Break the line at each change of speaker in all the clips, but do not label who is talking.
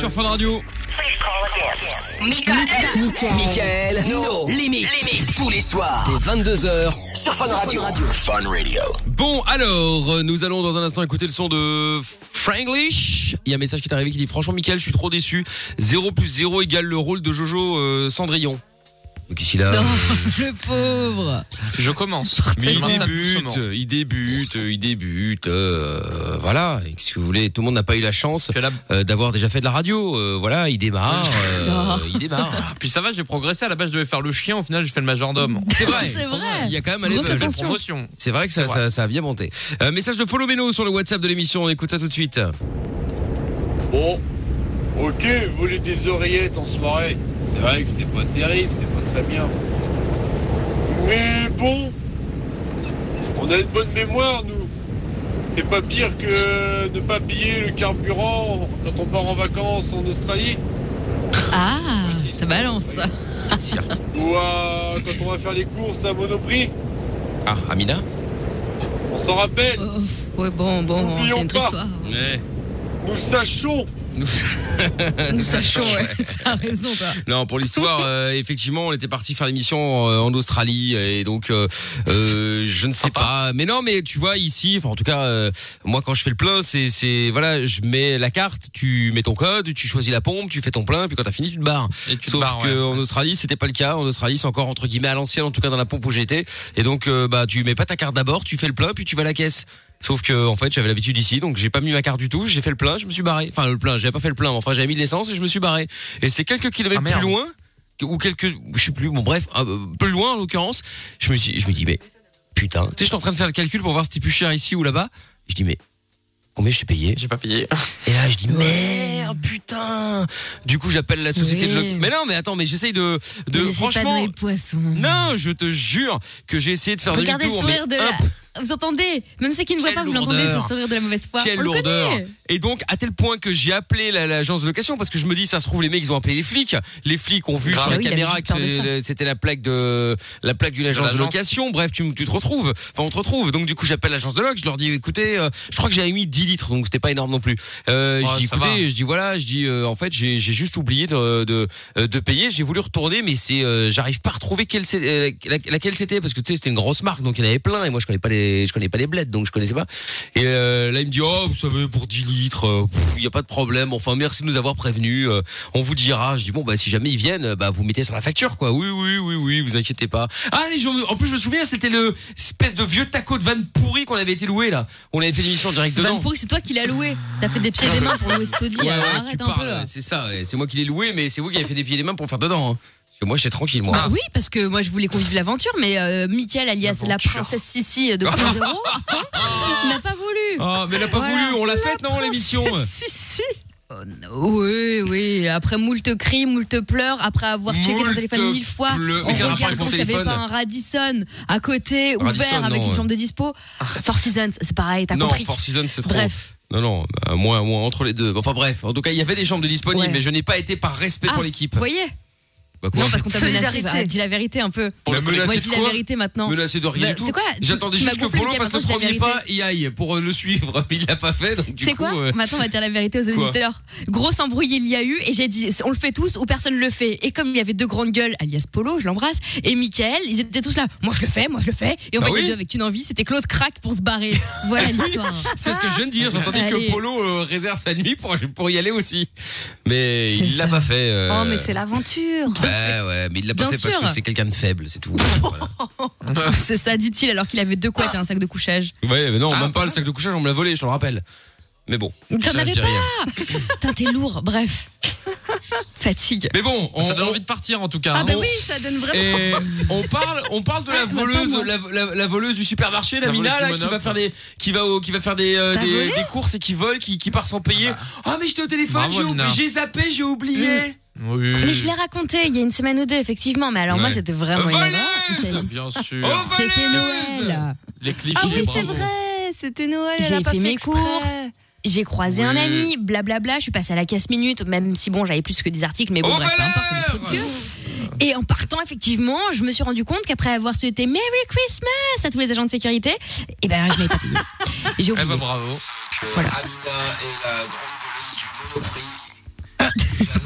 sur Fun Radio.
Michael, Michael, no, limite, limite, tous les soirs, dès 22h, sur Fun Radio. Fun Radio.
Bon, alors, euh, nous allons dans un instant écouter le son de Franglish. Il y a un message qui est arrivé qui dit Franchement, Michael, je suis trop déçu. 0 plus 0 égale le rôle de Jojo euh, Cendrillon. Donc ici là,
Oh, Le pauvre.
Je commence.
Mais il
Vincent
débute,
Doucement.
euh, il débute, euh, il débute. euh, voilà. Et Qu'est-ce que vous voulez Tout le monde n'a pas eu la chance
Que la-
euh, d'avoir déjà fait de la radio. Euh, voilà, il démarre. euh, il démarre.
ah, Puis ça va, j'ai progressé. À la base, je devais faire le chien. Au final, je fais le majordome.
C'est vrai.
C'est vrai.
Il y a quand même un
Grosse
level.
La
Attention.
promotion.
C'est vrai que ça,
C'est vrai.
ça, ça a bien monté. Euh, message de Follow Meno sur le WhatsApp de l'émission. On écoute ça tout de suite.
Bon, ok, vous voulez des oreillettes en soirée. C'est vrai que c'est pas terrible, c'est pas très bien. Mais bon, on a une bonne mémoire, nous. C'est pas pire que ne pas piller le carburant quand on part en vacances en Australie
Ah,
Oui, c'est-
ça balance.
Ah,
ou à- quand on va faire les courses à Monoprix.
Ah, Amina.
On s'en rappelle,
Oh, ouais, bon, bon,
N'oublions
c'est une autre
pas.
histoire.
nous sachons.
Nous-
Nous sachons, ouais. Ça a raison, toi.
Non, pour l'histoire, euh, effectivement, on était parti faire l'émission euh, en Australie et donc euh, euh, je ne sais pas. Mais non, mais tu vois ici, enfin en tout cas, euh, moi quand je fais le plein, c'est c'est voilà, je mets la carte, tu mets ton code, tu choisis la pompe, tu fais ton plein, puis quand t'as fini, tu te barres.
Et tu te
Sauf
barres,
que
ouais.
en Australie, c'était pas le cas. En Australie, c'est encore entre guillemets à l'ancienne, en tout cas dans la pompe où j'étais. Et donc, euh, bah, tu mets pas ta carte d'abord, tu fais le plein, puis tu vas à la caisse. Sauf que, en fait, j'avais l'habitude ici, donc j'ai pas mis ma carte du tout. J'ai fait le plein, je me suis barré. Enfin, le plein, j'avais pas fait le plein. mais Enfin, j'avais mis de l'essence et je me suis barré. Et c'est quelques kilomètres
Ah,
plus
merde.
loin ou quelques, je sais plus. Bon, bref, un peu plus loin en l'occurrence. Je me suis, je me dis mais putain. Tu sais, j'étais en train de faire le calcul pour voir si c'était plus cher ici ou là-bas. Je dis mais combien je t'ai payé
J'ai pas payé.
et là, je dis merde, putain. Du coup, j'appelle la société de.
Oui.
loc- Mais non, mais attends, mais j'essaye de, de
Mais c'est pas
franchement.
Noël Poisson.
Non, je te jure que j'ai essayé de faire
Regardez le
demi-tour, mais
sourire de
hop,
la... Vous entendez Même ceux qui ne voient
Quelle
pas, vous l'entendez,
lourdeur.
ce sourire de la mauvaise foi.
quelle
On le
lourdeur.
connaît.
Et donc, à tel point que j'ai appelé la- l'agence de location parce que je me dis, ça se trouve, les mecs, ils ont appelé les flics. Les flics ont vu
Grave.
sur la
Ah oui, il avait
caméra
juste
que
peur de ça.
c'est- c'était la plaque de la plaque d'une agence de,
l'agence.
location. Bref, tu, m- tu te retrouves. Enfin, on te retrouve. Donc, du coup, j'appelle l'agence de loc. Je leur dis, écoutez, euh, je crois que j'avais mis 10 litres, donc c'était pas énorme non plus. Euh,
Oh,
je dis,
ça
écoutez,
va.
je dis voilà, je dis euh, en fait j'ai j'ai juste oublié de de, euh, de payer, j'ai voulu retourner mais c'est euh, j'arrive pas à retrouver quelle c'est- euh, la- laquelle c'était parce que tu sais c'était une grosse marque donc il y en avait plein et moi je connais pas les je connais pas les bleds donc je connaissais pas. Et euh, là il me dit "Oh, vous savez pour 10 litres, euh, pff, il y a pas de problème. Enfin merci de nous avoir prévenus. euh, on vous dira." Je dis "Bon bah si jamais ils viennent, euh, bah vous mettez sur la facture quoi." Oui oui oui oui, vous inquiétez pas. Ah et j'en- en plus je me souviens, c'était le espèce de vieux taco de vanne pourri qu'on avait été loué là. On avait fait une émission direct dedans.
Van pourri, c'est toi qui l'as loué. T'as fait des pieds et des mains pour louer ce taudis,
Ouais,
alors
ouais, tu
arrête un
parles, euh,
peu.
c'est ça. ouais. C'est moi qui l'ai loué, mais c'est vous qui avez fait des pieds et des mains pour faire dedans. hein. Parce que moi, j'étais tranquille, moi.
Bah oui, parce que moi je voulais qu'on vive l'aventure, mais euh, Michael, alias la princesse Sissi euh, de 2.0, n'a pas voulu.
Ah, mais elle n'a pas
Voilà.
voulu, on l'a faite, non, l'émission
Sissi Oui, oui, après moult cris, moult pleurs, après avoir checké ton
Moult
téléphone mille fois,
pleurs.
en
Mais quel rapport avec
regardant
ton
s'il n'y avait
téléphone
pas un Radisson à côté,
Radisson,
ouvert, avec
non,
une
ouais.
chambre de dispo. Four Seasons, c'est pareil, t'as
Non,
compris.
Four Seasons, c'est trop.
Bref.
Non, non, bah, moi, moi, entre les deux. Enfin, bref. En tout cas, il y avait des chambres de disponibles,
Ouais.
mais je n'ai pas été par respect
Ah,
pour l'équipe.
Vous voyez
Bah, quoi
Non, parce qu'on t'a menacé,
Solidarité.
bah, dis la vérité un peu.
Pour le
Moi,
menacer
dis
de
la
quoi
vérité maintenant.
Menacé de rien
Bah,
du
c'est
tout.
quoi Tu-
J'attendais
tu m'as
juste que
gonflé
Polo
le
fasse le
diamant, je dis
premier
la
pas
vérité.
et aille pour euh, le suivre. Mais il l'a pas fait, donc du
C'est
coup.
quoi
euh,
Maintenant, on va dire la vérité aux
Quoi
auditeurs. Grosse embrouille il y a eu et j'ai dit on le fait tous ou personne le fait. Et comme il y avait deux grandes gueules, alias Polo, je l'embrasse, et Michael, ils étaient tous là. Moi je le fais, moi je le fais. Et en
Bah
fait,
oui.
les deux avec une envie, c'était Claude Crac pour se barrer. Voilà l'histoire. hein.
C'est ce que je viens de dire. J'entendais
Allez.
que Polo euh, réserve sa nuit pour, pour y aller aussi. Mais
C'est
il l'a
ça.
pas fait. euh,
Oh, mais c'est l'aventure.
Bah ouais, mais il l'a pas
Bien
fait parce
sûr.
que c'est quelqu'un de faible, c'est tout. Voilà.
C'est ça, dit-il, alors qu'il avait deux
Ah.
couettes et un sac de couchage.
Ouais, mais non, même pas le sac de couchage, on me l'a volé, je te le rappelle. Mais bon. ça,
Ah. T'en
je
avais
dis
pas
rien.
Putain, t'es lourd, bref. Fatigue.
Mais bon, on,
Ça donne
on-
envie de partir en tout cas.
Ah, bah
hein.
oui, ça donne vraiment.
et on parle, on parle de la
Ah, bah, pas
voleuse,
moi.
la, la- la voleuse du supermarché, la,
La
Mina,
voleuse
là,
du
qui
Monop.
va faire des, qui va au- qui va faire des, euh,
T'as
des,
volé
des courses et qui vole, qui, qui part sans payer. Ah mais j'étais au téléphone,
Bravo,
j'ai oublié-
Mina.
j'ai zappé, j'ai oublié.
Oui.
Ah, Mais je l'ai raconté il y a une semaine ou deux, effectivement. Mais alors moi,
Ouais.
c'était vraiment.
Voleuse
énorme. Il s'agissait-
Bien sûr.
Oh, voleuse
C'était Noël.
Les clichés.
Ah oui,
bravo.
c'est vrai, c'était Noël, elle
J'ai
a pas
fait
fait
mes
exprès.
courses. J'ai croisé un
Oui.
ami, blablabla, je suis passée à la casse minute, même si bon, j'avais plus que des articles, mais bon,
Au
bref, peu importe, c'est des
voleur
trucs que- Et en partant, effectivement, je me suis rendu compte qu'après avoir souhaité Merry Christmas à tous les agents de sécurité, eh ben, je m'étais pas payée. J'ai
Ah,
Eh
oublié.
bah, bravo.
Voilà.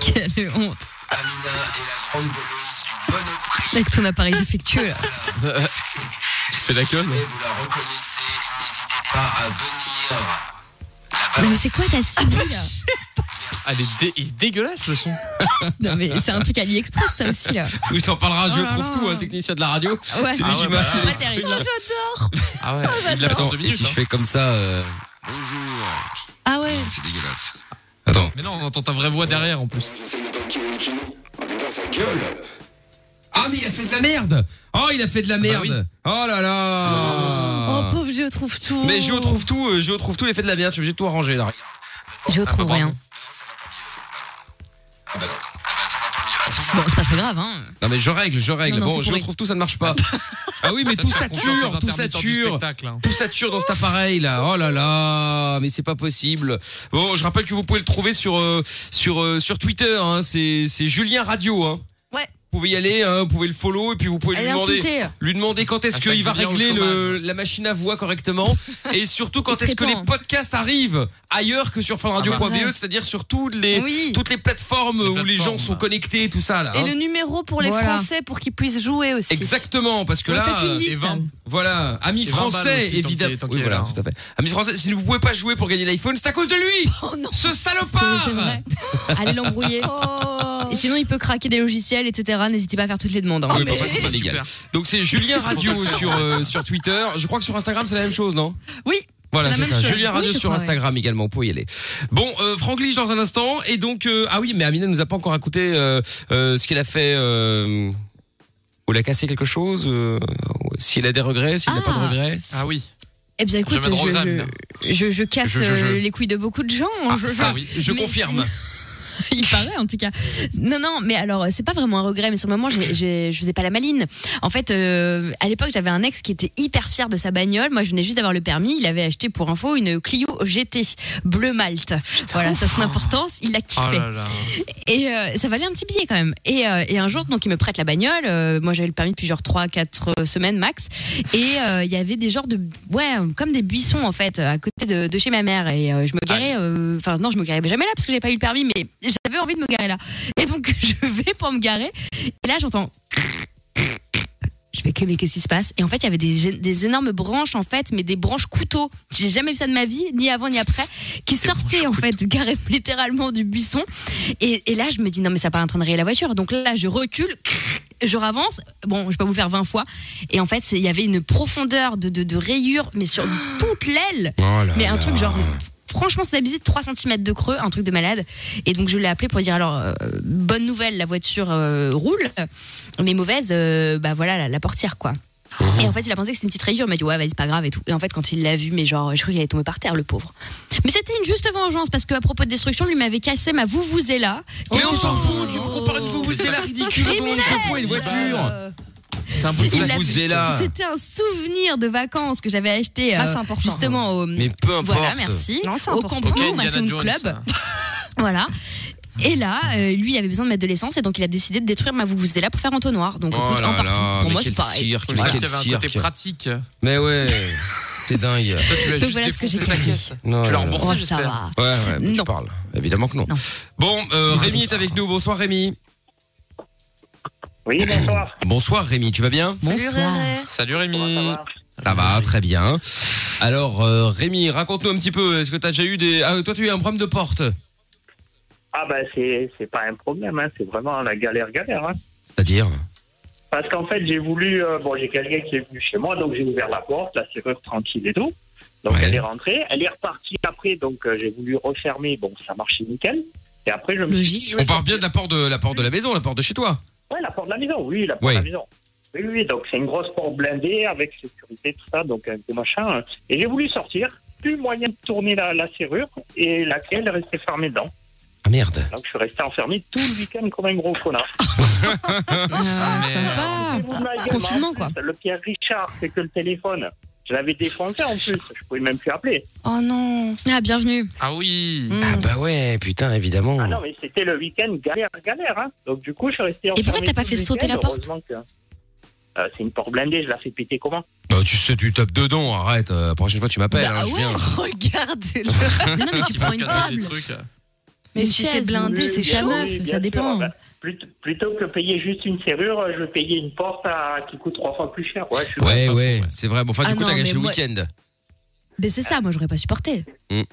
Quelle honte. Avec ton appareil défectueux. là.
C'est la gueule.
Non, mais c'est quoi ta sibylle
Ah,
là
Elle est, dé- il est dégueulasse le son.
bah,
Non, mais c'est un truc AliExpress, ça aussi, là.
Oui, t'en parleras, je
Oh là
trouve
là.
tout, hein, le technicien de la radio.
Ouais,
C'est lui
Ah
qui m'a
ouais, bah
fait
c'est
les
pas terrible.
trucs, là.
J'adore.
Ah ouais. Il l'a fait en
Attends,
deux
et
minutes.
si
hein.
je fais comme ça. euh,
Ah ouais.
C'est dégueulasse.
Attends.
Mais non, on entend ta vraie voix derrière en plus.
Ah, mais il a fait de la merde Oh, il a fait de la merde
oui.
Oh là
Oh
là
pauvre, je trouve tout.
Ah. Mais Géo trouve tout, euh, Géo trouve tout, il a fait de la merde, je suis obligé de tout arranger là. Ah,
Je trouve rien.
bah,
Bon, c'est pas très grave, hein.
Non mais je règle, je règle.
Non, non,
bon,
c'est
je
pourri.
trouve tout, ça ne marche pas. ah oui, mais tout
fait confiance
sature,
aux
tout
intermittents du
sature.
spectacle, hein.
Tout sature dans cet appareil là. Oh là là, mais c'est pas possible. Bon, je rappelle que vous pouvez le trouver sur euh, sur euh, sur Twitter. Hein. C'est c'est Julien Radio. Hein.
Ouais.
Vous pouvez y aller, hein, vous pouvez le follow et puis vous pouvez
Elle
lui
est
demander,
insultée.
lui demander quand est-ce
Hashtag
qu'il va
Julien au
régler le,
chômage.
la machine à voix correctement et surtout quand
Il
est-ce
serait
que les
temps.
podcasts arrivent ailleurs que sur fanradio.be,
Ah bah.
E, c'est-à-dire sur toutes les
Oui.
toutes les plateformes
Les
où les gens
plateformes.
sont connectés, et tout ça là.
Et
hein.
le numéro pour les
Voilà.
Français pour qu'ils puissent jouer aussi.
Exactement, parce que
On
là,
fait une
euh,
liste.
et 20.
voilà, ami
Et 20 balles
français,
aussi, tant
évidemment.
qu'il est- tant
Oui,
qu'il est
voilà,
là, hein.
tout à fait. Ami français, si vous pouvez pas jouer pour gagner l'iPhone, c'est à cause de lui,
Oh non.
ce
Oui,
salopard.
C'est vrai. Allez l'embrouiller.
Oh.
Ah.
Et sinon, il peut craquer des logiciels, etc. N'hésitez pas à faire toutes les demandes. hein.
Ah,
Oui, parfois, bah, c'est
Super.
illégal. Donc c'est Julien Radio sur euh, sur Twitter. Je crois que sur Instagram c'est la même chose, non
Oui.
Voilà,
C'est la
c'est
même
ça.
chose.
Julien
Oui,
Radio
je
sur
crois,
Instagram également, vous pouvez y aller. Bon, euh, Franck Liche dans un instant et donc euh, ah oui, mais Amina nous a pas encore écouté euh, euh, ce qu'elle a fait. Euh, ou elle a cassé quelque chose, euh, si elle a des regrets, s'il n'a pas de
Ah.
regrets.
Ah oui.
Eh bien, écoute,
Jamais de regret,
je,
Amina.
je, je- je casse
Je- je- je-
euh, les couilles de beaucoup de gens. hein.
Ah,
Je- je-
ça, je
Mais-
confirme.
Il paraît en tout cas. Non, non, mais alors c'est pas vraiment un regret, mais sur le moment, j'ai- j'ai- je faisais pas la maline. En fait, euh, à l'époque, j'avais un ex qui était hyper fier de sa bagnole. Moi, je venais juste d'avoir le permis. Il avait acheté pour info une Clio GT bleu malte. voilà, ça c'est l'importance. Il l'a kiffé.
Oh là là.
Et euh, ça valait un petit billet quand même. Et, euh, et un jour, donc, il me prête la bagnole. Euh, moi, j'avais le permis depuis genre 3-4 semaines max. Et euh, il y avait des genres de. Ouais, comme des buissons en fait, à côté de, de chez ma mère. Et euh, je me garais. euh, Enfin, non, je me garais jamais là parce que j'avais pas eu le permis, mais j'avais envie de me garer là. Et donc, je vais pour me garer. Et là, j'entends. Je fais que, mais qu'est-ce qui se passe Et en fait, il y avait des, gé- des énormes branches, en fait, mais des branches couteaux. J'ai jamais vu ça de ma vie, ni avant ni après, qui sortaient, en fait, garées littéralement du buisson. Et, et là, je me dis, non, mais ça n'a pas en train de rayer la voiture. Donc là, je recule, je ravance. Bon, je vais pas vous le faire 20 fois. Et en fait, c'est- il y avait une profondeur de, de, de rayures, mais sur toute l'aile. Mais un truc genre. Franchement, c'est abusé de 3 cm de creux, un truc de malade. Et donc, je l'ai appelé pour dire alors, euh, bonne nouvelle, la voiture euh, roule, mais mauvaise, euh, bah voilà, la, la portière, quoi. Et en fait, il a pensé que c'était une petite rayure, il m'a dit ouais, vas-y, c'est pas grave et tout. Et en fait, quand il l'a vu, mais genre, je crois qu'il allait tomber par terre, le pauvre. Mais c'était une juste vengeance parce qu'à propos de destruction, lui m'avait cassé ma vous vous est là.
Mais on
Oh.
s'en fout, tu me compares une vous
C'est
c'est la ridicule, tout le monde se fout à une voiture.
C'est un peu
Vous
Il l'a
vous
fait.
est là.
C'était un souvenir de vacances que j'avais acheté
Ah,
euh,
c'est important.
justement au
Mais peu importe.
voilà merci
Non, c'est
au
important.
campement
Ok,
au
Indiana
Mason
Jones.
Club voilà. Et là, euh, lui avait besoin de mettre de l'essence et donc il a décidé de détruire ma vous là pour faire entonnoir. Donc
Oh
écoute,
là
en partie.
là,
pour
mais
moi,
quel
c'est pareil.
cirque, mais
Voilà.
quel
Il y avait un côté
cirque.
pratique. Toi,
Mais ouais, c'est dingue.
tu l'as
Donc
juste
voilà ce que
défoncé
j'ai
sa
compris.
caisse.
Non,
Tu
là,
l'as
là.
remboursé,
Oh, ça
j'espère.
va.
Ouais, ouais, mais tu
Non.
parles. Évidemment que non.
Non.
Bon, euh, Rémi est avec nous. Bonsoir Rémi.
Oui, bonsoir.
Bonsoir Rémi, tu vas bien
Salut,
Bonsoir.
Réré.
Salut
Comment ça
Rémi.
va
Ça va, très bien. Alors euh, Rémi, raconte-nous un petit peu, est-ce que t'as déjà eu des... Ah, toi tu as eu un problème de porte
Ah bah c'est c'est pas un problème, hein. c'est vraiment la galère galère. hein.
C'est-à-dire
Parce qu'en fait j'ai voulu, euh, bon j'ai quelqu'un qui est venu chez moi, donc j'ai ouvert la porte, la serrure tranquille et tout. Donc
Ouais.
elle est rentrée, elle est repartie après, donc euh, j'ai voulu refermer, bon ça marchait nickel. Et après je me suis
Logique.
dit, je vais
On parle bien de la porte de la porte de la maison, la porte de chez toi.
Ouais, la porte de la maison, oui, la porte
Ouais.
de la maison. Oui, oui, donc c'est une grosse porte blindée avec sécurité, tout ça, donc un gros machin. hein. Et j'ai voulu sortir, plus moyen de tourner la, la serrure et la clé, elle est restée fermée dedans.
Ah merde.
Donc je suis resté enfermé tout le week-end comme un gros connard.
Ah,
mais-
sympa.
Vous m'avez
Confinement,
en plus,
quoi.
Le Pierre Richard, c'est que le téléphone. Je l'avais défoncé en plus, je pouvais même plus appeler.
Oh non.
Ah, bienvenue.
Ah oui.
Mm.
Ah
Hmm.
bah ouais, putain, évidemment.
Ah non, mais c'était le week-end galère, galère. hein. Donc du coup, je suis resté enfermé.
pourquoi t'as pas
tout
fait
le
sauter la
week-end,
porte
heureusement que- Euh, C'est une porte blindée, je la fais péter comment
Bah tu sais, tu tapes dedans, arrête. euh, La prochaine fois tu m'appelles,
Bah
hein, je
ouais.
viens.
Regardez-le.
Mais non, mais Ah, tu
Qui
prends
va
une
casser des
table.
trucs.
Mais
une
si
chaise,
c'est blindé,
une-
c'est
une
chaud.
meuf,
Oui, bien
ça dépend.
sûr, bah, plut- Plutôt que payer juste une serrure, euh, je vais payer une porte à- qui coûte trois fois plus cher. Ouais, je suis
Ouais, ouais, c'est vrai. Bon, enfin,
Ah
du coup,
non,
t'as
mais
gâché le
moi-
week-end.
Mais c'est ça, moi j'aurais pas supporté.
Ah ouais.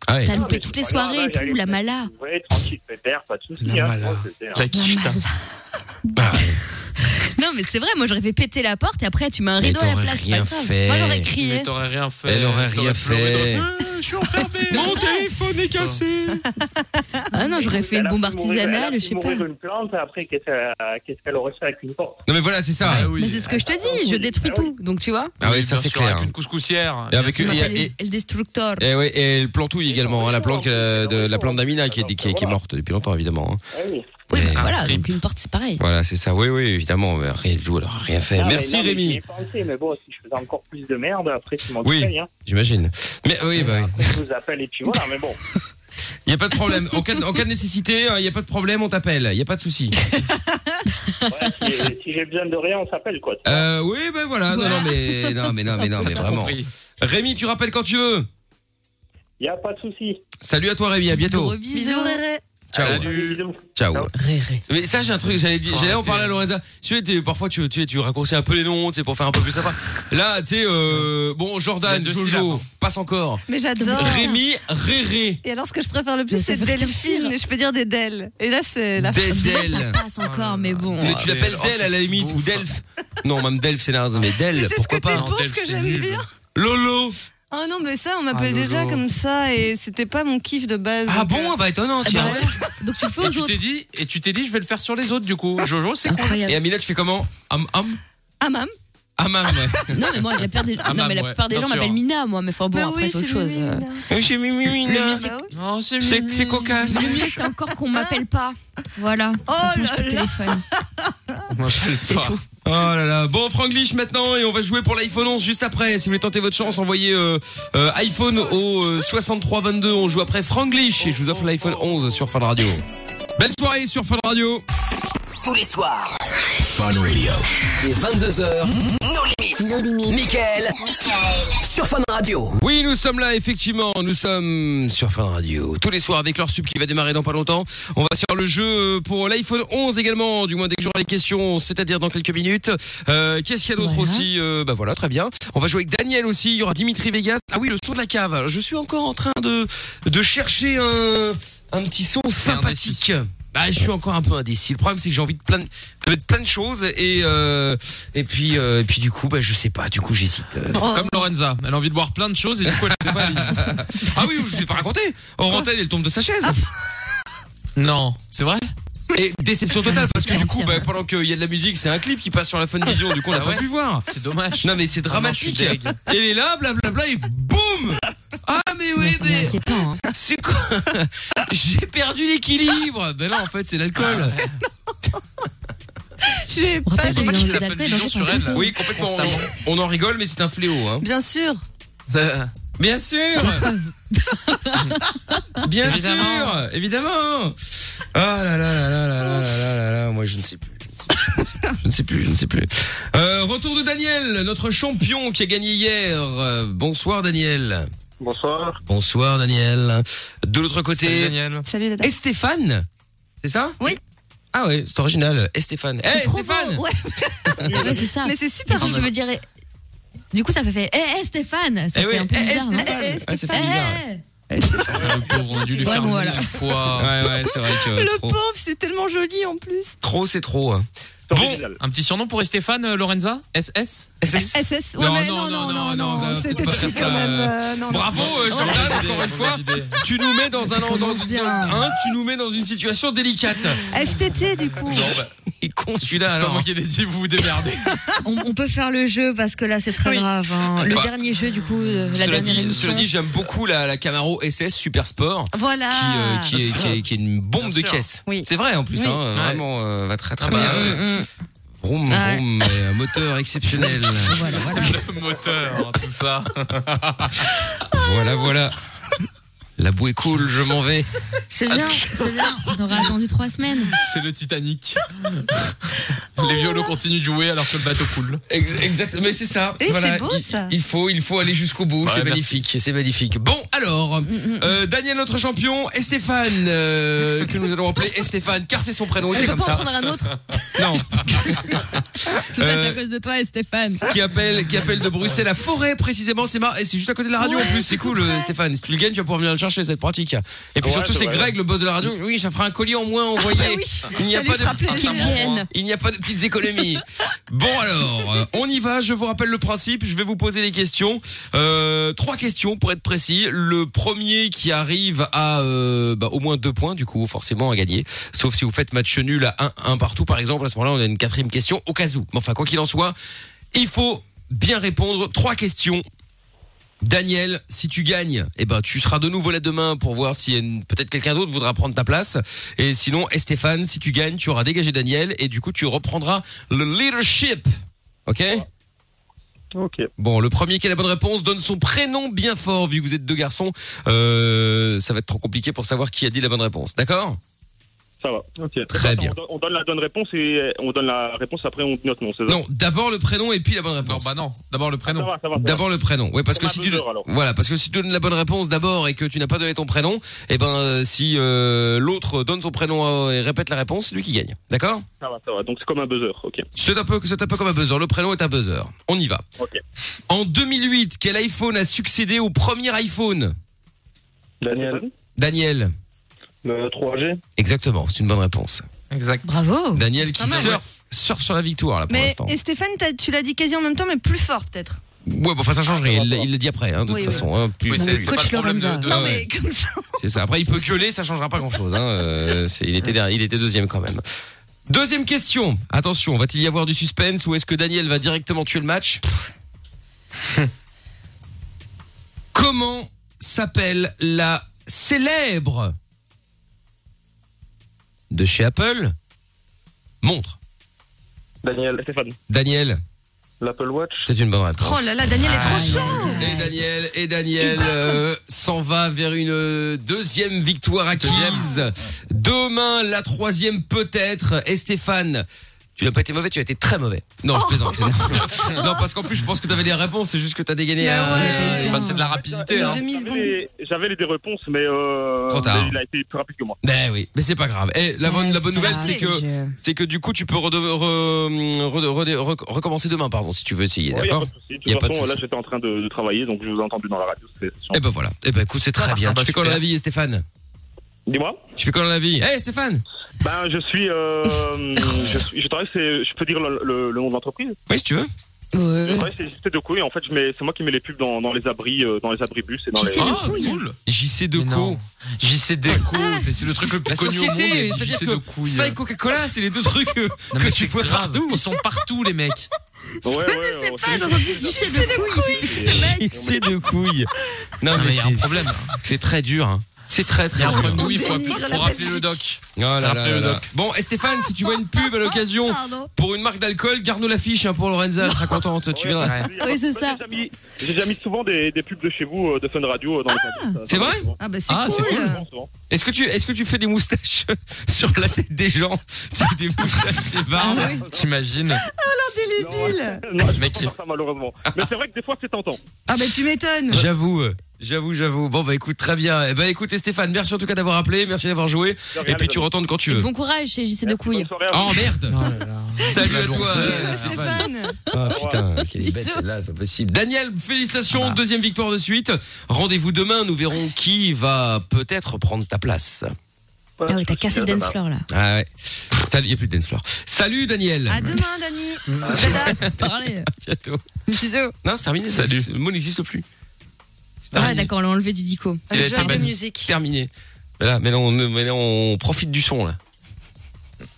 T'as
Non, mais
loupé
c'est
toutes les
pas grave,
soirées et
hein,
tout,
j'allais-
la mala.
Ouais, tranquille, pépère, pas de soucis.
La
hein.
mala.
Oh, c'est- c'est-
La quicheta.
Non, mais c'est vrai, moi j'aurais fait péter la porte et après tu mets un
Mais
rideau à la
t'aurais
place. c'est pas
rien
grave.
fait.
Moi, j'aurais
Mais
crié.
t'aurais rien fait.
Elle aurait rien
T'aurais pleuré
fait.
dans- Euh, Je suis enfermé.
Mon téléphone est cassé.
Ah non, j'aurais fait
Elle
une
a
bombe
pu mourir-
artisanale, je
elle a pu
sais pas.
mourir une plante, après, qu'est-ce qu'elle qu'est-ce qu'elle aurait fait avec une porte
Non, mais voilà, c'est ça.
Ah
Mais
oui.
c'est ce que je te dis, je détruis tout. Donc tu vois,
Ah oui, ça,
bien
c'est
sûr,
clair.
Avec une couscoussière.
Et avec
bien
une-
sûr.
y a-
elle
et-
le destructor.
Et ouais, Eh et le plantouille également, hein, la plante que- de la plante d'Amina qui est, qui, est- qui est morte depuis longtemps évidemment. hein.
Ah oui.
Oui,
mais-
bah voilà,
rip.
donc une porte c'est pareil.
Voilà, c'est ça. Oui, oui, évidemment. mais Rien de vous, alors rien fait.
Ah, mais
Merci
non, mais j'y ai
Rémi.
pensé, mais bon, si je faisais encore plus de merde, après, tu m'en
Oui.
payes, hein.
J'imagine. Mais oui, bah, oui.
Après, je vous appelle et puis voilà, mais bon.
il y a pas de problème. En cas de, en cas de nécessité, euh, il y a pas de problème, on t'appelle. Il y a pas de souci.
Ouais, si, si j'ai besoin de rien, on s'appelle, quoi.
Euh, oui, ben voilà. Non, non,
Voilà.
mais non, mais non, mais non, mais
T'as
vraiment.
compris.
Rémi, tu rappelles quand tu veux.
Il n'y a pas de souci.
Salut à toi Rémi, à bientôt.
Gros bisous.
Bisous, Réré.
Ciao.
Salut.
Bisous.
Ciao.
Ciao.
Mais ça, j'ai un truc, j'allais dire- j'allais en parler à Lorenza. Tu sais, t'es- parfois, tu, tu, tu raccourcis un peu les noms, tu sais, pour faire un peu plus sympa. Là, tu sais, euh, bon, Jordan,
Il y a deux
Jojo,
syllabes.
passe encore.
Mais j'adore.
Ah.
Rémi, Réré,
Et alors, ce que je préfère le
Mais
plus,
ça
c'est
veut rien
Delphine.
dire.
Je peux dire des Del. Et là, c'est la
Ça
Dedel.
passe encore, mais bon.
Tu,
Ah,
tu
mais-
l'appelles
oh,
Del à la
c'est
limite,
beau,
ou
ça.
Delph. Non, même Delph, c'est naze, mais Del,
Mais c'est ce
pourquoi
que t'es
pas
pauvre
Delph,
que
c'est
j'aime
nul.
bien.
Lolo
Oh non, mais ça, on m'appelle
Ah,
déjà
Lolo.
comme ça et c'était pas mon kiff de base.
Ah
donc,
bon,
euh,
bah étonnant,
Ah
tiens.
bah, Donc tu le fais
Et
aux
tu
autres.
t'es dit, et tu t'es dit, je vais le faire sur les autres du coup. Jojo, c'est cool.
Et
Incroyable.
Amina, tu fais comment Am, am
Ah, mam.
Am, am, ouais.
Non, mais moi, la plupart des, non,
bah,
mais la
ouais,
plupart des
bien
gens
sûr.
m'appellent Mina, moi, mais enfin bon,
Bah
après,
oui,
c'est autre
c'est
chose.
Mimi, là.
Oui, j'ai mis Euh, Mimina.
Ah, bah oui.
Non, c'est
C'est
mignon.
c'est cocasse.
Le mieux, c'est encore qu'on m'appelle pas. Voilà.
Ah. Oh
Comme ça,
là
je peux
là.
téléphone.
On m'appelle
C'est
pas.
tout.
Oh là là, bon Franglish maintenant et on va jouer pour l'iPhone 11 juste après. Si vous voulez tenter votre chance, envoyez euh, euh, iPhone au euh, 6322. On joue après Franglish et je vous offre l'iPhone 11 sur Fun Radio. Belle soirée sur Fun Radio.
Tous les soirs. Fun Radio. Les 22h. Nos limites. Nos limites. Michael. Sur Fun Radio.
Oui, nous sommes là effectivement. Nous sommes sur Fun Radio tous les soirs avec leur sub qui va démarrer dans pas longtemps. On va se faire le jeu pour l'iPhone 11 également. Du moins dès que j'aurai les questions, c'est-à-dire dans quelques minutes. Euh, Qu'est-ce qu'il y a d'autre
Voilà.
aussi Euh, Bah voilà, très bien. On va jouer avec Daniel aussi. Il y aura Dimitri Vegas. Ah oui, le son de la cave. Alors, Je suis encore en train de de chercher un un petit son sympathique. Bah, je suis encore un peu indécis. Le problème, c'est que j'ai envie de plein de, de mettre plein de choses et euh, et puis euh, et puis du coup, bah je sais pas. Du coup, j'hésite. Euh,
Comme Lorenza, elle a envie de boire plein de choses et du coup elle sait pas. elle-
Ah oui, je vous ai pas raconté. En rentelle, elle tombe de sa chaise.
Non, Ah, c'est vrai.
Et déception totale parce que du coup,
Pire.
bah, pendant qu'il y a de la musique, c'est un clip qui passe sur la Fun Vision. Du coup, on n'a
Ah
pas
ouais
pu voir.
C'est dommage.
Non mais c'est
Ah non, je suis
dramatique.
deg.
Elle est là, blablabla, et boum. Ah mais
Ouais,
oui,
c'est
mais
inquiétant. hein.
c'est quoi J'ai perdu l'équilibre. Ben là, en fait, c'est
Ah
l'alcool.
J'ai
On
pas
rappelle
des.
qu'on est
la
dans l'alcool,
Funvision
donc
sur
on
elle,
s'en fout.
Oui, complètement.
Constamment.
On, on en rigole, mais c'est un fléau. Hein.
Bien sûr.
Ça-
Bien sûr. Bien
Évidemment.
sûr, évidemment. Ah là là là là là là là là là là, moi je ne sais plus. Je ne sais plus, je ne sais plus. Euh, retour de Daniel, notre champion qui a gagné hier. Euh, bonsoir Daniel.
Bonsoir.
Bonsoir Daniel. De l'autre
Salut,
côté,
Daniel.
Salut, la
et Stéphane. C'est ça
Oui.
Ah oui, c'est original. Et Stéphane. Eh
C'est trop
Stéphane.
beau. Ouais,
Ouais, c'est ça.
mais c'est
Et
super.
si tu veux dire. Du coup, ça fait fait. Eh, eh, Stéphane Ça
Eh oui,
fait un peu
eh,
bizarre. non
Stéphane.
Eh, eh,
Ouais, ça fait
Eh,
bizarre.
Le pauvre, on a dû lui
Ouais,
faire
bon, voilà.
mille fois.
Ouais ouais, c'est vrai que euh,
Le
trop,
pauvre, c'est tellement joli en plus.
trop c'est trop. hein.
C'est
Bon.
original.
Un petit surnom pour Stéphane, euh, Lorenza SS
Eh,
SS. Ouais,
Non,
mais
non, non,
non, non, non,
non, non,
non. C'était
faut pas
chic
faire ça,
quand même.
euh,
euh, non, non.
Bravo euh, Jordan, encore une fois. Tu nous mets dans un dans,
commence
dans-
bien.
hein, tu nous mets dans une situation délicate.
STT du coup.
Il est con
C'est
celui-là
pas
alors.
moi qui ai dit, vous vous démerdez.
On, on peut faire le jeu parce que là, c'est très
Oui.
grave. hein. Le
Bah,
dernier jeu, du coup, euh, la
Cela
dernière
dit,
émission.
cela dit, j'aime beaucoup la, la Camaro SS Super Sport
Voilà.
qui, euh, qui, est, qui, est, qui est une bombe
Bien
de
sûr.
caisse.
Ah. Oui.
C'est vrai en plus,
Oui.
hein, euh,
Ouais.
vraiment euh, va très très
Ah
bien.
bah,
Euh,
Mm, mm.
Vroom,
Ouais.
vroom, et un moteur exceptionnel.
Voilà, voilà.
hein, Le moteur, tout ça.
voilà, voilà. La boue est cool, je m'en vais.
C'est bien,
Ah,
c'est bien. On aura attendu trois semaines.
C'est le Titanic. Les violons continuent de jouer alors que le bateau coule.
Exactement, mais c'est ça.
Eh, c'est beau,
il,
ça.
il faut, il faut aller jusqu'au bout. c'est
merci.
magnifique, c'est magnifique. Bon, alors, euh, Daniel, notre champion, et Stéphane, euh, que nous allons appeler Stéphane, car c'est son prénom, et
Je
c'est
peux
comme
pas en
ça.
prendre un
Euh,
autre.
Non,
Tout ça, c'est à cause de toi et Stéphane.
qui appelle, qui appelle de Bruxelles à Forêt précisément. C'est mar- et c'est juste à côté de la radio en plus. C'est cool, euh, Stéphane. Si tu le gagnes, tu vas pouvoir venir le chercher. C'est pratique. Et puis
Ouais,
surtout,
c'est
c'est
vrai.
Greg, le boss de la radio. Oui, ça fera un colis en moins envoyé. Il n'y a
Ah bah ça
pas
lui
de
fera plaisir.
Qu'ils viennent.
Il n'y a pas de petites économies. Bon alors, euh, on y va. Je vous rappelle le principe. Je vais vous poser les questions. Euh, trois questions pour être précis. Le premier qui arrive à euh, bah, au moins deux points, du coup, forcément à gagner. Sauf si vous faites match nul à un, un partout, par exemple. À ce moment-là, on a une quatrième question au cas où. Mais enfin, quoi qu'il en soit, il faut bien répondre. Trois questions. Daniel, si tu gagnes, eh ben tu seras de nouveau là demain pour voir si une- peut-être quelqu'un d'autre voudra prendre ta place. Et sinon, et Stéphane, si tu gagnes, tu auras dégagé Daniel et du coup tu reprendras le leadership. Ok
Ok.
Bon, le premier qui a la bonne réponse donne son prénom bien fort. Vu que vous êtes deux garçons, euh, ça va être trop compliqué pour savoir qui a dit la bonne réponse. D'accord
Ça va. Ok.
Très
Attends,
bien.
On, don- on donne la bonne réponse et euh, on donne la réponse après on dit notre nom. c'est ça
Non, d'abord le prénom et puis la bonne
Non,
réponse.
bah non. D'abord le
Ah, Ça
prénom.
va, ça va. ça va.
D'abord le prénom. Ouais, parce que
Comme
si
un
tu
buzzer, alors.
voilà, parce que si tu donnes la bonne réponse d'abord et que tu n'as pas donné ton prénom, et ben euh, si euh, l'autre donne son prénom euh, et répète la réponse, c'est lui qui gagne. D'accord
Ça va, ça va. Donc c'est comme un buzzer. Ok.
C'est un peu c'est un peu comme un buzzer. Le prénom est un buzzer. On y va.
Ok.
En 2008, quel iPhone a succédé au premier iPhone
Daniel.
Daniel.
Le 3G.
Exactement, c'est une bonne réponse.
Exact.
Bravo.
Daniel qui
Pas mal,
surfe, surfe sur la victoire là pour
Mais,
l'instant.
et Stéphane, t'as- tu l'as dit quasi en même temps, mais plus fort peut-être.
Ouais, bon, enfin ça change rien. Il l'a- il l'a dit après, hein, de
Oui,
toute
oui.
façon. hein, plus-
Oui, c'est c'est pas
Coach
le problème de,
Lorenza.
de-
Ah
Non,
ouais.
mais comme ça.
C'est ça. Après, il peut gueuler, ça changera pas grand chose. Hein. Euh, c'est- il, était derrière, il était deuxième quand même. Deuxième question. Attention, va-t-il y avoir du suspense ou est-ce que Daniel va directement tuer le match Comment s'appelle la célèbre de chez Apple Montre.
Daniel. Stéphane.
Daniel,
L'Apple Watch.
c'est une bonne réponse.
Oh là là, Daniel est
Ah,
trop chaud.
Et Daniel, et Daniel euh, s'en va vers une euh, deuxième victoire acquise. Demain, la troisième peut-être. Et Stéphane, tu n'as pas été mauvais, tu as été très mauvais. Non, je plaisante. non, parce qu'en plus, je pense que tu avais des réponses, c'est juste que tu as dégainé. hein. Euh,
Mais
un-
ouais.
Bah, c'est de la rapidité.
Une
Hein.
demi-seconde.
J'avais les deux réponses, mais, euh,
Trop tard.
mais il a été plus rapide que moi.
Ben oui, mais c'est pas grave. Et la bonne, la bonne nouvelle, Ah, c'est que c'est que du coup, tu peux rede- re- re- re- re- recommencer demain, pardon, si tu veux essayer,
Il n'y a pas
d'accord
de souci. Eh De
Y a
toute
pas de
façon, là,
souci.
j'étais en train de, de travailler, donc je vous ai entendu dans la radio. c'est- c'est chiant.
Et ben voilà. Et ben écoute, c'est très bien.
Ah bah,
Tu fais quoi dans
super.
la vie, Stéphane
Dis-moi.
Tu fais quoi dans la vie Eh Stéphane
Ben, je suis. Euh, je, suis- je travaille, c'est, je peux dire le, le- le nom de l'entreprise.
Oui, si tu veux.
euh,
Je travaille, c'est JC de couilles. En fait, je mets, c'est moi qui mets les pubs dans, dans les abris, euh, dans les abris bus et dans les.
JC
Ah,
couilles.
cool.
JC
Mais
Deco.
non. JC Deco. C'est le truc le plus
La
connu au monde.
société,
et
c'est-à-dire
JC
que
Decouille.
ça et Coca-Cola, c'est les deux trucs euh,
Non,
que
mais
tu
c'est
vois
grave.
partout.
Ils sont partout, les mecs.
Ouais, ouais,
Je sais
on-
pas, j'ai entendu JC de couilles. Je sais qui ce mec.
C'est de couilles. Non,
Non,
mais
mais il y a un
c'est-
problème.
c'est très dur. hein. C'est très
Il y
très
a un
dur.
problème. Oui, il faut,
On dénigre
faut
la
rappeler
Belgique.
le doc.
Oh là là
Rappelez
là
le
là.
doc.
Bon, et Stéphane, si tu vois une pub à l'occasion
Ah, Pardon.
pour une marque d'alcool, garde-nous l'affiche hein, pour Lorenza, elle sera contente. Tu
Ouais.
viendras.
Il y a pas-
Oui, c'est
moi,
ça.
J'ai déjà mis, j'ai déjà mis souvent des, des pubs de chez vous, euh, de Fun Radio, euh, dans les abris. Ça-
C'est
ça
vrai
arrive souvent.
Ah bah c'est
Ah, c'est
cool.
Souvent, souvent.
Est-ce que tu est-ce que tu fais des moustaches euh, sur la tête des gens Tu- Des moustaches, des barbes.
Ah oui.
T'imagines
Indélébile.
Non, je peux
Mec,
pas
il-
faire ça, malheureusement.
Ah.
Mais c'est vrai que des fois, c'est tentant.
Ah bah tu m'étonnes.
J'avoue, euh, j'avoue, j'avoue. Bon bah écoute, très bien. Eh ben écoute, et Stéphane, merci en tout cas d'avoir appelé, merci d'avoir joué.
De rien,
Et puis
les
tu
amis.
retournes quand tu
Et
Euh.
veux.
Bon courage chez JC de couilles.
Bonne soirée à vous.
Oh merde Salut
La
à toi
lourdeur.
euh, Stéphane.
Stéphane.
Ah putain, quelle est bête celle-là, c'est pas possible. Daniel, félicitations, deuxième victoire de suite. Rendez-vous demain, nous verrons qui va peut-être prendre ta place.
Ah oui, t'as cassé le dance floor là.
Ah ouais. Salut, il a plus de dance floor. Salut Daniel.
Ah.
À demain, Dani. Dada.
Parlez.
bientôt.
Bisous.
Non, c'est terminé. Salut. Le mot n'existe plus. C'est
Ah
terminé.
d'accord, on l'a enlevé du dico.
Il a
Le
été
genre de
banni.
musique.
Terminé. Voilà, mais là, on, mais là, on profite du son là.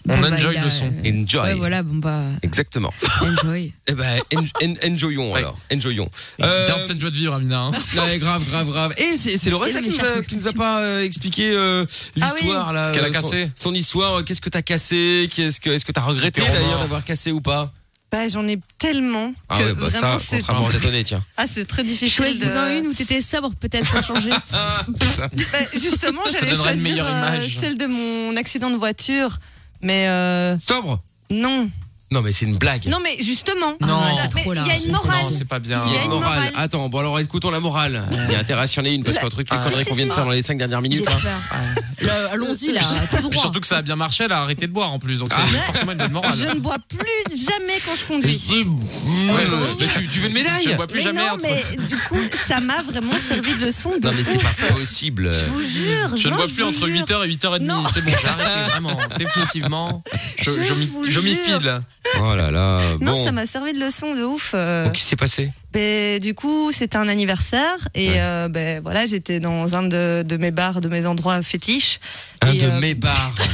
On
Bon, bah,
enjoy
il a-
le son.
Enjoy.
Ouais, voilà, bon bah,
Exactement.
enjoy.
Eh ben, en- en- enjoyons
Ouais.
alors. Enjoyons. Euh,
Garde cette joie de vivre, Amina. hein.
Ouais, grave, grave, grave. Et c'est c'est Lorenza
Et
qui,
non,
nous
mais
a-
cherche une
qui nous a pas euh, expliqué euh,
Ah oui.
l'histoire là.
Ce qu'elle a
euh,
cassé.
Son, son histoire. euh, Qu'est-ce que t'as cassé Qu'est-ce que est-ce que t'as regretté
Tes remords.
d'ailleurs d'avoir cassé ou pas
pas, Bah, j'en ai tellement. Que
Ah ouais, bah
vraiment,
ça,
c'est-
contrairement au tâtonnet, tiens.
Ah, c'est très difficile.
Choisis-en
de-
une où t'étais sobre peut-être pour changer.
Ah,
Bah, justement,
Ça
j'allais
donnerait
choisir
une meilleure
euh,
image.
celle de mon accident de voiture. Mais euh,
Sobre
non.
Non, mais c'est une blague.
Non, mais justement.
Non.
Voilà,
C'est
mais
trop
il y a
là.
une morale.
Non, c'est pas bien.
Il y a une morale.
Attends, bon alors écoutons la morale. Il y a intérêt à s'y en aller une parce qu'un truc, les
Ah.
conneries
Si,
qu'on vient
si,
de
si.
faire dans les 5 dernières
J'ai
minutes. là.
peur. Là, Allons-y là, tout
Puis
droit.
Ah, surtout que ça a bien marché, elle a arrêté de boire en plus, donc c'est
Ah.
forcément une bonne morale.
Je ne bois plus jamais quand je conduis.
Ouais, mais tu, tu veux une
Mmh. Je
médaille
ne bois plus
mais
jamais
non,
entre-
mais du coup, ça m'a vraiment servi de leçon de
Non, mais c'est
ouf.
pas possible.
Je vous jure.
Je ne
Jean,
bois
je
plus
vous
entre
jure.
8h et 8h30.
Non.
C'est bon, j'ai arrêté vraiment, définitivement. Je,
Je
je, m'y-
vous
je m'y
jure.
file.
Oh là là.
Non,
Bon,
ça m'a servi de leçon de ouf. euh.
Bon, qu'est-ce qui s'est passé
Ben, du coup, c'était un anniversaire et euh, ben, voilà, j'étais dans un de, de mes bars, de mes endroits fétiches.
Un
Et,
de
euh,
mes bars.
Oui,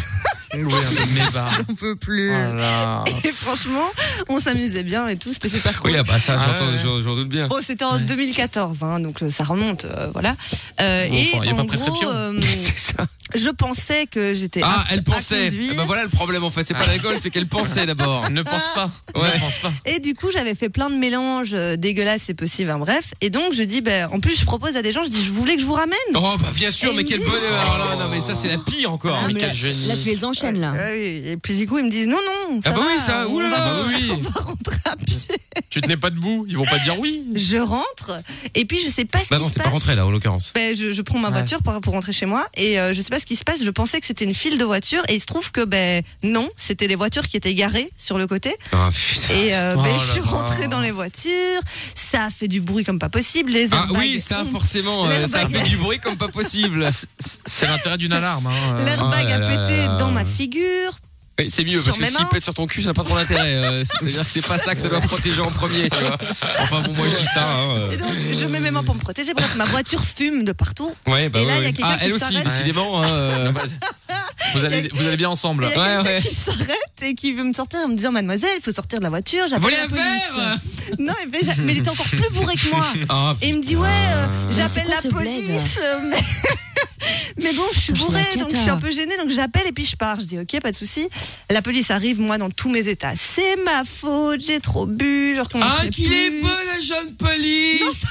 un de Oh mes bars.
On peut plus.
Voilà.
Et franchement, on s'amusait bien et tout, c'était super cool.
Ah. Oui, ah bah ça,
Ah
j'entends-
ouais.
j'en j'en doute bien.
Bon, c'était en 2014, hein, donc euh, ça remonte, euh, voilà. Euh,
Bon,
et
enfin, y a
en
pas de
gros,
prescription.
euh,
C'est ça.
je pensais que j'étais
Ah,
apte
elle
à
pensait.
conduire.
Eh ben voilà le problème en fait, c'est pas l'alcool, c'est qu'elle pensait d'abord.
Ne pense pas.
Ouais.
Ne pense pas.
Et du coup, j'avais fait plein de mélanges euh, dégueulasses et possibles, hein, bref. Et donc, je dis, ben, en plus, je propose à des gens, je dis, je voulais que je vous ramène.
Oh bah bien sûr,
Et Oh.
mais
il
quel
me dit-
bonheur. Alors là, non mais ça c'est la pire encore.
Ah, mais
hein, quel
là,
génie.
là, tu les enchaînes là.
Ah oui, Et puis, du coup, ils me disent, non, non.
Ah
Ça
bah
va,
oui, ça,
on
oula,
va-
bah oui.
On va rentrer à pied.
Tu tenais pas debout, ils vont pas dire oui.
Je rentre, et puis, je sais pas ce
Bah
qui
non,
se
t'es
passe.
pas rentré là en l'occurrence.
Ben, je, je prends ma
Ouais.
voiture pour, pour rentrer chez moi et euh, je sais pas ce qui se passe. Je pensais que c'était une file de voitures et il se trouve que ben non, c'était les voitures qui étaient garées sur le côté.
Ah putain.
Et euh, ben,
Oh là
je suis
là.
rentrée dans les voitures. Ça a fait du bruit comme pas possible. Les
Ah
airbags
oui, ça
ont-
forcément, euh, ça
L'airbag.
fait du bruit comme pas possible.
C'est l'intérêt d'une alarme. hein. Euh,
L'airbag
Oh là
a
là
pété
là là.
dans ma figure.
Oui, C'est mieux
Sur
parce que
mes
s'il
mains.
pète sur ton cul, ça n'a pas trop d'intérêt. euh, C'est-à-dire que c'est pas ça que ça doit protéger en premier, tu vois. Enfin bon, moi je dis ça. hein, euh.
Et donc, je mets mes mains pour me protéger. Bref, ma voiture fume de partout.
Ouais, bah
Et
ouais,
là, il y a
ouais.
quelqu'un
Ah,
qui
elle aussi,
s'arrête.
décidément. hein, euh,
Vous allez, vous allez bien ensemble. Eh,
Et il y a
Ouais,
quelqu'un
ouais.
qui s'arrête et qui veut me sortir en me disant Mademoiselle, il faut sortir de la voiture.
Voler
J'appelle
un
la
verre
police. Non, et ben, j'a- mais il était encore plus bourré que moi.
Ah,
Et il me dit ouais, euh,
c'est
j'appelle
quoi
la
ce
police. euh, Mais... mais bon, je suis
Putain,
bourrée,
j'ai la
donc je
cata.
suis un peu gênée, donc j'appelle et puis je pars. Je dis ok, pas de souci. La police arrive, moi, dans tous mes états. C'est ma faute, j'ai trop bu, je recommence.
Ah, qu'il est beau la jeune police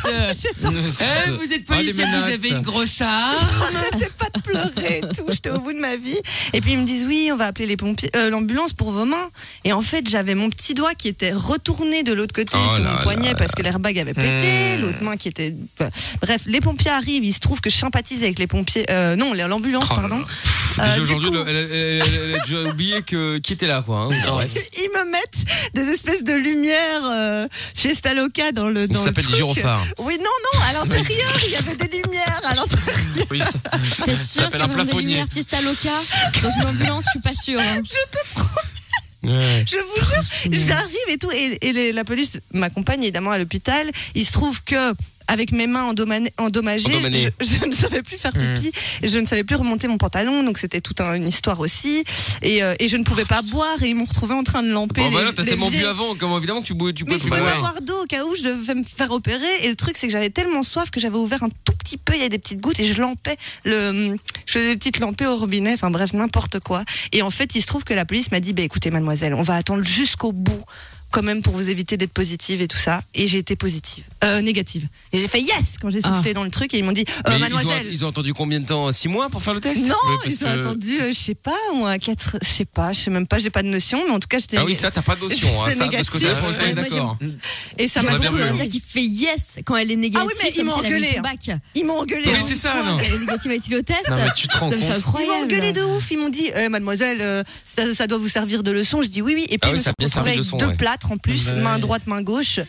Eh, vous êtes
Ah, les
policière, vous
menottes.
avez une grosse arme
Euh, J'arrêtais pas de pleurer et tout, j'étais au bout de ma vie. Et puis ils me disent oui, on va appeler les pompiers, euh, l'ambulance pour vos mains. Et en fait, j'avais mon petit doigt qui était retourné de l'autre côté
Oh
sur
là
mon
là Hmm.
poignet parce que l'airbag avait pété, l'autre main qui était. bah, Bref, les pompiers arrivent. Il se trouve que je sympathise avec les pompiers, euh, non, l'ambulance,
Oh là
pardon. Euh,
Déjà
du
aujourd'hui,
coup,
elle, elle- elle- elle a déjà oublié que, qui était là, quoi. hein. Bref.
ils me mettent des espèces de lumières euh, Fiesta Loca dans le. Dans
Ça
le
s'appelle
truc.
gyrophare.
Oui, non, non, à l'intérieur, il y avait des lumières. À l'intérieur,
Oui, ça-
T'es
Ça
sûr qu'il
s'appelle
y
un
avait des
plafonnier.
lumières Fiesta Loca dans une ambulance Je suis pas sûre. hein.
Ouais.
je vous jure, j'arrive et tout. Et, et les- la police m'accompagne évidemment à l'hôpital. Il se trouve que. Avec mes mains endommane- endommagées,
Endommagées.
Je, je ne savais plus faire pipi,
Hmm.
et je ne savais plus remonter mon pantalon, donc c'était toute un- une histoire aussi. Et, euh, et je ne pouvais pas boire, et ils m'ont retrouvé en train de lamper.
Bon, bah
les-
là, t'as
les
tellement bu
vieilles-
avant, comment évidemment que tu bois, tu
Mais
bois
je
bah
voulais
ouais.
pas boire d'eau au cas où je devais me faire opérer. Et le truc, c'est que j'avais tellement soif que j'avais ouvert un tout petit peu, il y a des petites gouttes, et je lampais le. hum, Je faisais des petites lampées au robinet, enfin bref, n'importe quoi. Et en fait, il se trouve que la police m'a dit bah, écoutez, mademoiselle, on va attendre jusqu'au bout, quand même, pour vous éviter d'être positive et tout ça. Et j'ai été positive. Euh, négative. Et j'ai fait yes quand j'ai soufflé dans le truc, et ils m'ont dit euh,
Ah. Mais ils, ont,
mademoiselle.
ils ont attendu combien de temps 6 mois pour faire le test Ah
Non,
Oui, parce
ils ont
que-
attendu, euh, je sais pas, moi, 4, je sais pas, je sais même pas, j'ai pas de notion, mais en tout cas, j'étais.
Ah oui, ça, t'as pas de notion. hein, ça,
C'est
de ce
négatif.
côté-là, pour le coup,
Ouais, moi,
d'accord.
Et ça m'a
J'avoue,
bien vu,
Lorenza
hein.
qui fait yes quand elle est négative.
Ah oui, mais ils
comme
m'ont
si elle avait eu
engueulé,
son
hein.
bac.
Ils m'ont engueulé.
Mais
hein.
c'est ça, non
Quand Elle est négative, elle est au test.
Non, mais tu te rends
Non, mais
compte.
C'est
Ils m'ont
incroyable.
engueulé de ouf. Ils m'ont dit, euh, mademoiselle, euh, ça, ça doit vous servir de leçon. Je dis oui, oui. Et puis,
Ah oui,
ils me
ça
sont
a bien servi
retrouvés
de
avec
leçon,
deux
ouais.
plâtres en plus,
Ouais.
main droite, main gauche.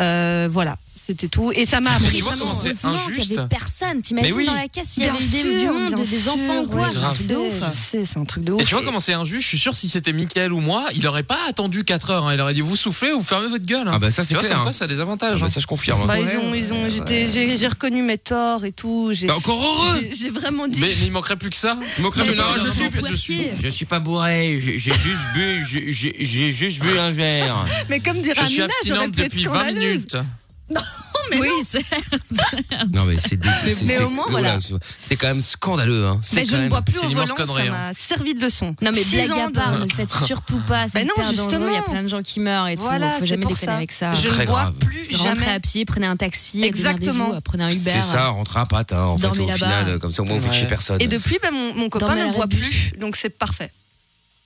Euh, voilà, c'était tout. Et ça m'a
Mais
appris.
tu vois
vraiment-
comment c'est
Heureusement qu'il y
injuste.
avait personne.
Mais
T'imagines
oui.
dans la caisse, il y
Bien
avait des, du
sûr,
monde,
bien
des
sûr,
enfants, quoi.
oui,
C'est un
grave.
truc de ouf.
Je sais, C'est un truc de ouf.
Et tu vois comment c'est injuste Je suis sûr si c'était Mickaël ou moi, il aurait pas attendu 4 heures. hein. Il aurait dit vous soufflez ou fermez votre gueule. hein.
Ah bah ça, c'est
Tu vois,
clair.
comme
hein.
quoi, ça a des avantages.
Ah
hein.
bah ça, je confirme.
Bah,
hein.
ils ont, ils ont, j'étais- j'ai j'ai reconnu mes torts et tout. J'ai
T'es Bah, encore heureux
j'ai- j'ai vraiment dit.
Bah, Mais, mais il manquerait plus que ça.
Il manquerait
Mais
plus-
non,
non, je
non,
suis-
non,
je suis,
twerker.
je suis pas bourré, j'ai j'ai juste bu, j'ai- j'ai j'ai juste bu un verre.
Mais comme dirait
Je suis
Amina, j'aurais
abstinente
pu être
depuis 20
scandaleuse.
minutes.
mais
oui,
non.
c'est-
Non, mais c'est dé- c'est-
mais
c'est-
au moins, voilà.
C'est quand même scandaleux, hein. C'est
Mais
quand
je ne
même-
bois plus
c'est
au
une immense
volant,
connerie,
ça
hein.
m'a servi de leçon.
Non mais
Six
blague
ans
à
de-
part, ne le faites surtout pas. C'est
Bah non,
hyper dangereux.
justement.
Il y a plein de gens qui meurent et
Voilà,
tout. Faut
c'est
jamais
pour
déconner
ça.
avec ça.
Je
Très
ne bois
grave.
plus
Rentrez à
jamais.
pied, prenez un taxi,
Exactement.
démerdez-vous, euh, prenez un Uber.
C'est ça, rentre à pattes, hein, en fait,
Dormez
au
là-bas.
final, euh, comme ça au moins vous faites
Ouais.
chier personne.
Et depuis, ben, mon, mon copain
Dormez à
ne
la
boit
rue du
plus, donc c'est parfait.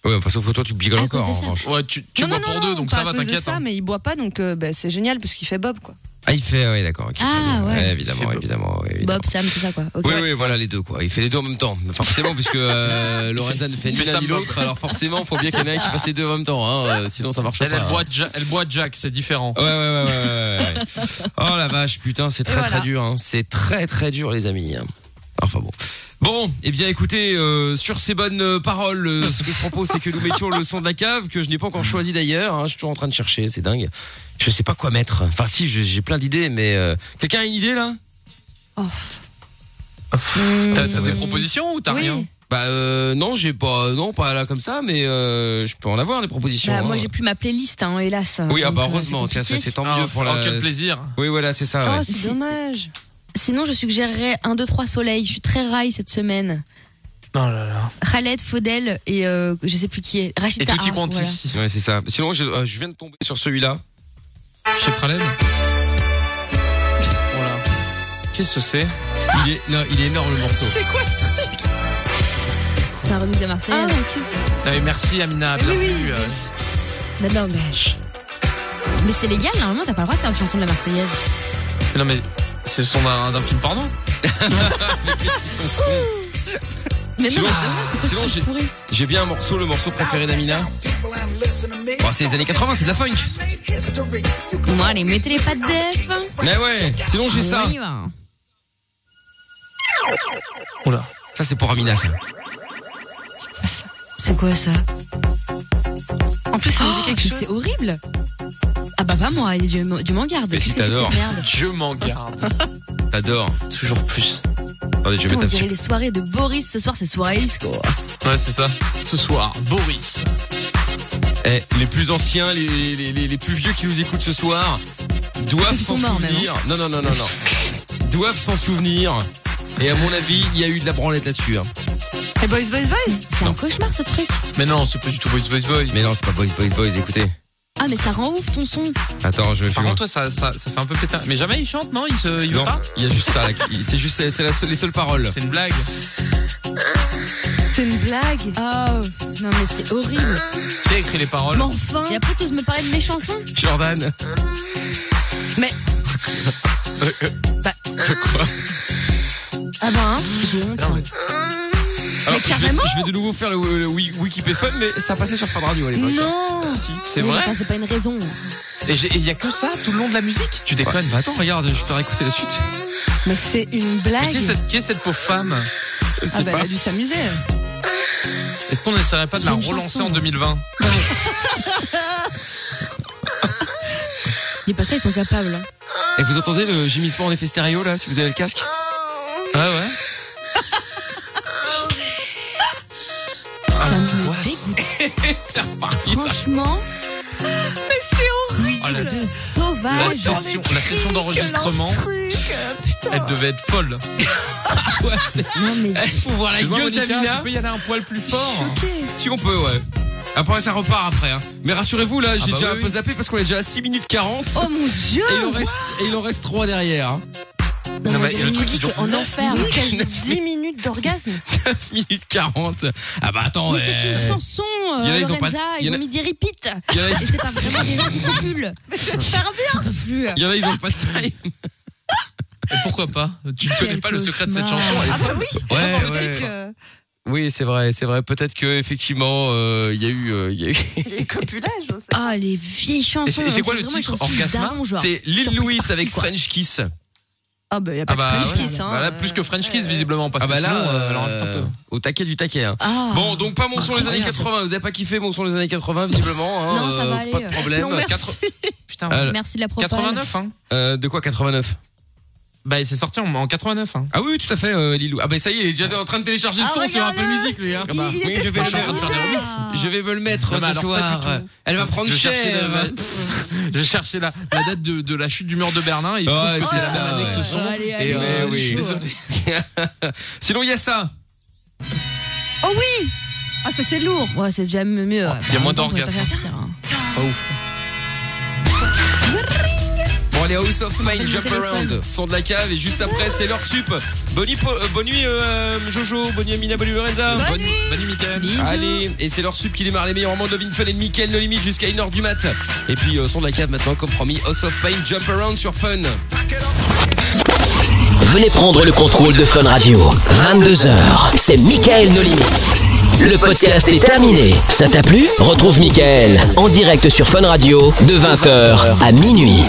Ouais, enfin, sauf que toi, tu bigoles
À
encore, hein,
cause de
en
ça.
revanche.
Ouais, tu, tu
non,
bois
non,
pour
non,
deux,
non,
donc
pas
ça
à
va,
cause de
t'inquiète.
ça,
hein.
mais il boit pas, donc euh, ben, c'est génial parce qu'il fait Bob, quoi.
Ah, il fait, oui, d'accord. ok, très
Ah,
bien.
ouais.
Il
évidemment,
fait
évidemment, ouais, évidemment.
Bob, Sam, tout ça quoi. Ok.
Oui, oui, voilà les deux quoi. Il fait les deux en même temps, forcément, puisque euh, Lorenza ne fait ni
fait
l'un
ça
ni
me
l'autre. Alors forcément, faut bien qu'il y en ait un qui fasse les deux en même temps, hein, euh, sinon ça marche
Elle,
pas.
elle boit, Ja- elle boit Jack, c'est différent.
Ouais, ouais, ouais, ouais, ouais, ouais. Oh la vache, putain, c'est très
voilà.
très dur. Hein. C'est très très dur, les amis. hein. Enfin bon. Bon, eh bien écoutez, euh, sur ces bonnes euh, paroles, euh, ce que je propose, c'est que nous mettions le son de la cave, que je n'ai pas encore choisi d'ailleurs. hein. Je suis toujours en train de chercher, c'est dingue. Je sais pas quoi mettre. Enfin si, je- j'ai plein d'idées, mais... euh, Quelqu'un a une idée là
Oh.
Mmh.
T'as t'as des propositions ou t'as
Oui.
rien
Bah euh, non, j'ai pas... Non, pas là comme ça, mais euh, je peux en avoir des propositions.
Bah,
hein.
moi j'ai plus ma playlist, hein, hélas.
Oui, ah
Donc,
bah
euh, c'est
heureusement, tiens, ça,
compliqué.
c'est tant
Ah,
mieux pour la...
oh, quel plaisir.
Oui, voilà, c'est
Ah
ça.
Oh,
ouais.
c'est dommage.
Sinon, je suggérerais 1, 2, 3 soleil. Je suis très rail cette semaine.
Oh là là.
Khaled, Faudel et euh, je sais plus qui est.
Et
Rachida.
Tutti
Ah,
Quanti.
voilà.
Ouais, c'est ça. Sinon, je, euh, je viens de tomber sur celui-là.
Chez Pralène Voilà. Qu'est-ce que c'est
Il est, non, il est énorme le morceau.
C'est un remix de Marseille.
Ah, ok.
Ah oui, Merci Amina,
Mais oui,
bienvenue.
oui.
euh,
Mais non, mais. Bah, Mais c'est légal, normalement, t'as pas le droit de faire une chanson de la Marseillaise.
Non mais c'est le son d'un d'un film porno.
Mais non,
Sinon-
mais c'est vrai, c'est quoi ce
sinon,
truc
j'ai-
pourri
J'ai bien un morceau, le morceau préféré d'Amina. Bon, c'est les années 80, c'est de la funk.
Moi, allez, mettez les pattes d'Ef. bah.
Mais ouais, sinon j'ai ça.
On y va.
Oula.
Ça, c'est pour Amina, ça.
C'est quoi ça
En plus, ça me
Oh,
dit quelque
mais
chose.
C'est horrible. Ah bah pas moi, Dieu, Dieu m'en garde.
Mais si
Qu'est-ce que c'est que
t'adores.
cette
Ah,
merde
Je m'en garde.
T'adores.
Toujours plus.
Attendez, je vais
Putain, On
mettre
dirait
dessus.
les soirées de Boris ce soir, c'est soirée disco.
Ouais c'est ça. Ce soir, Boris.
Eh, les plus anciens, les, les, les, les plus vieux qui nous écoutent ce soir doivent
Ceux qui
s'en
sont morts,
souvenir. Non, non, non, non, non. Doivent s'en souvenir. Et à mon avis, il y a eu de la branlette là-dessus. hein.
Eh, boys, boys, boys.
C'est un cauchemar ce truc.
Mais non, c'est pas du tout Boys Boys Boys.
Mais non, c'est pas Boys, Boys, Boys, écoutez.
Ah mais ça rend ouf ton son.
Attends, je vais
Par
plus loin.
contre toi ça, ça, ça fait un peu péter. Mais jamais il chante non Il se il veut
Non,
pas
il y a juste ça. là, qui- C'est juste c'est la seule- les seules paroles.
C'est une blague.
C'est une blague.
Oh non mais c'est horrible.
Qui a écrit les paroles
Mais enfin.
Et après t'oses me parler de mes chansons
Jordan.
Mais.
Ah bah hein, j'ai honte. hein.
Alors, je, vais,
carrément.
je vais de nouveau faire le, le Wi- Wikipédia, mais ça passait sur Fun Radio à l'époque.
Non.
Si, si.
C'est
Mais
vrai
enfin, c'est pas une raison.
Et j'ai- et il y a que ça tout le long de la musique Tu
Ouais,
déconnes
bah attends, regarde, je vais faire écouter la suite.
Mais c'est une
Mais
blague.
qui est, cette, qui est cette pauvre femme
Je sais
Ah, bah, elle
pas.
a dû s'amuser.
Est-ce qu'on n'essaierait pas de la
C'est une
relancer
chanson.
en 2020
Dis pas ça, ils sont capables. hein.
Et vous entendez le gémissement en effet stéréo là, si vous avez le casque
Ah ouais
Ça me
l'angoisse.
dégoûte.
Ah, C'est reparti ça
Franchement,
Oh,
de
la, la
sauvage.
session, la session d'enregistrement, elle devait être folle
Non mais
Faut voir la
Tu vois,
gueule
Monica,
d'Amina
Tu peux y aller un poil plus fort
Si on peut, ouais. Après, ça repart après. Hein. Mais rassurez-vous, là, j'ai
bah
déjà un
oui,
peu
oui.
zappé parce qu'on est déjà à 6 minutes 40.
Oh mon dieu.
Et il, en reste, et il en reste 3 derrière. hein.
Non,
Non,
mais
mais
j'ai
le
une
truc, il
musique
dure
en enfer.
Minutes, 10 minutes d'orgasme.
Ah
9 minutes 40. Ah bah attends,
Mais c'est une
euh,
chanson, euh,
Il y en a, ils ont
Lorenza.
pas- il y
Ils
en a-
ont mis des repeats.
il y en a,
Et c'est pas vraiment des ridicules.
Mais c'est super bien.
Plus.
il y en a, ils ont pas de taille.
Et pourquoi pas Tu ne
Quel
connais pas le secret de cette
cauchemar.
chanson. elle est
Ah, bah oui.
Ouais,
Le titre, euh,
Oui, c'est vrai, c'est vrai. Peut-être que effectivement, euh, il y a eu, euh, il y a eu-
Il y a eu copulage. on sait.
Ah, les vieilles chansons.
Et c'est- et c'est
on
quoi le
dirait
titre,
vraiment une chanson
Orgasma
daron, genre.
C'est Lil
Surprise
Louis
party,
avec
quoi.
French Kiss.
Ah, bah, il n'y a pas
Ah bah
de French
ouais.
Kiss. Hein,
Voilà,
euh,
plus que French Kiss
euh,
visiblement parce
Ah bah
que
là,
sinon, euh,
euh,
elle en reste un peu.
au taquet du taquet. hein.
Ah.
Bon, donc pas mon son les années
Incroyable.
80. Vous avez pas kiffé mon son les années 80 visiblement. hein,
Non, ça va
euh,
aller.
Pas de problème.
Non, merci.
Quatre-
Putain,
Euh,
Merci de la propale.
89 hein
euh, de quoi 89
Bah, c'est sorti en, en 89. Hein.
Ah oui, oui, tout à fait, euh, Lilou. Ah bah ça y est, il est déjà en train de télécharger le
Ah,
son sur
regarde-le.
Apple Music, lui. Hein.
Il- il
oui,
était
je vais,
trop
le,
Ah.
content.
je vais me le mettre
Ah bah,
ce
alors, pas
soir.
du tout.
Elle va prendre
je
cher.
cherchais la- je cherchais la, la date de, de la chute du mur de Berlin et il se trouve
Ouais,
que
c'est
c'est la
ça,
même année que Ah, ce
ouais.
son.
Allez,
Et,
allez,
euh,
mais oui.
je suis désolé.
Sinon, il y a ça.
Oh oui
Ah, ça c'est lourd. Ouais, c'est déjà mieux. Bah, Il
y a moins d'orgasme.
hein.
Bon, allez, House of Mine, Jump Around. Son de la cave, et juste après, c'est leur sup. Bonne nuit, Po- euh, bonne nuit, euh, Jojo. Bonne nuit, Amina. Bonne nuit, Lorenza.
Bonne nuit.
Bonne nuit, Mickaël.
Bisous.
Allez, et c'est leur sub qui démarre les meilleurs moments de Love in Fun et de Mickaël No Limite jusqu'à 1h du mat. Et puis, euh, son de la cave maintenant, comme promis, House of Pain, Jump Around sur Fun.
Venez prendre le contrôle de Fun Radio. 22h, c'est Michael Nolimi. Le podcast est terminé. Ça t'a plu Retrouve Michael en direct sur Fun Radio de 20h à minuit.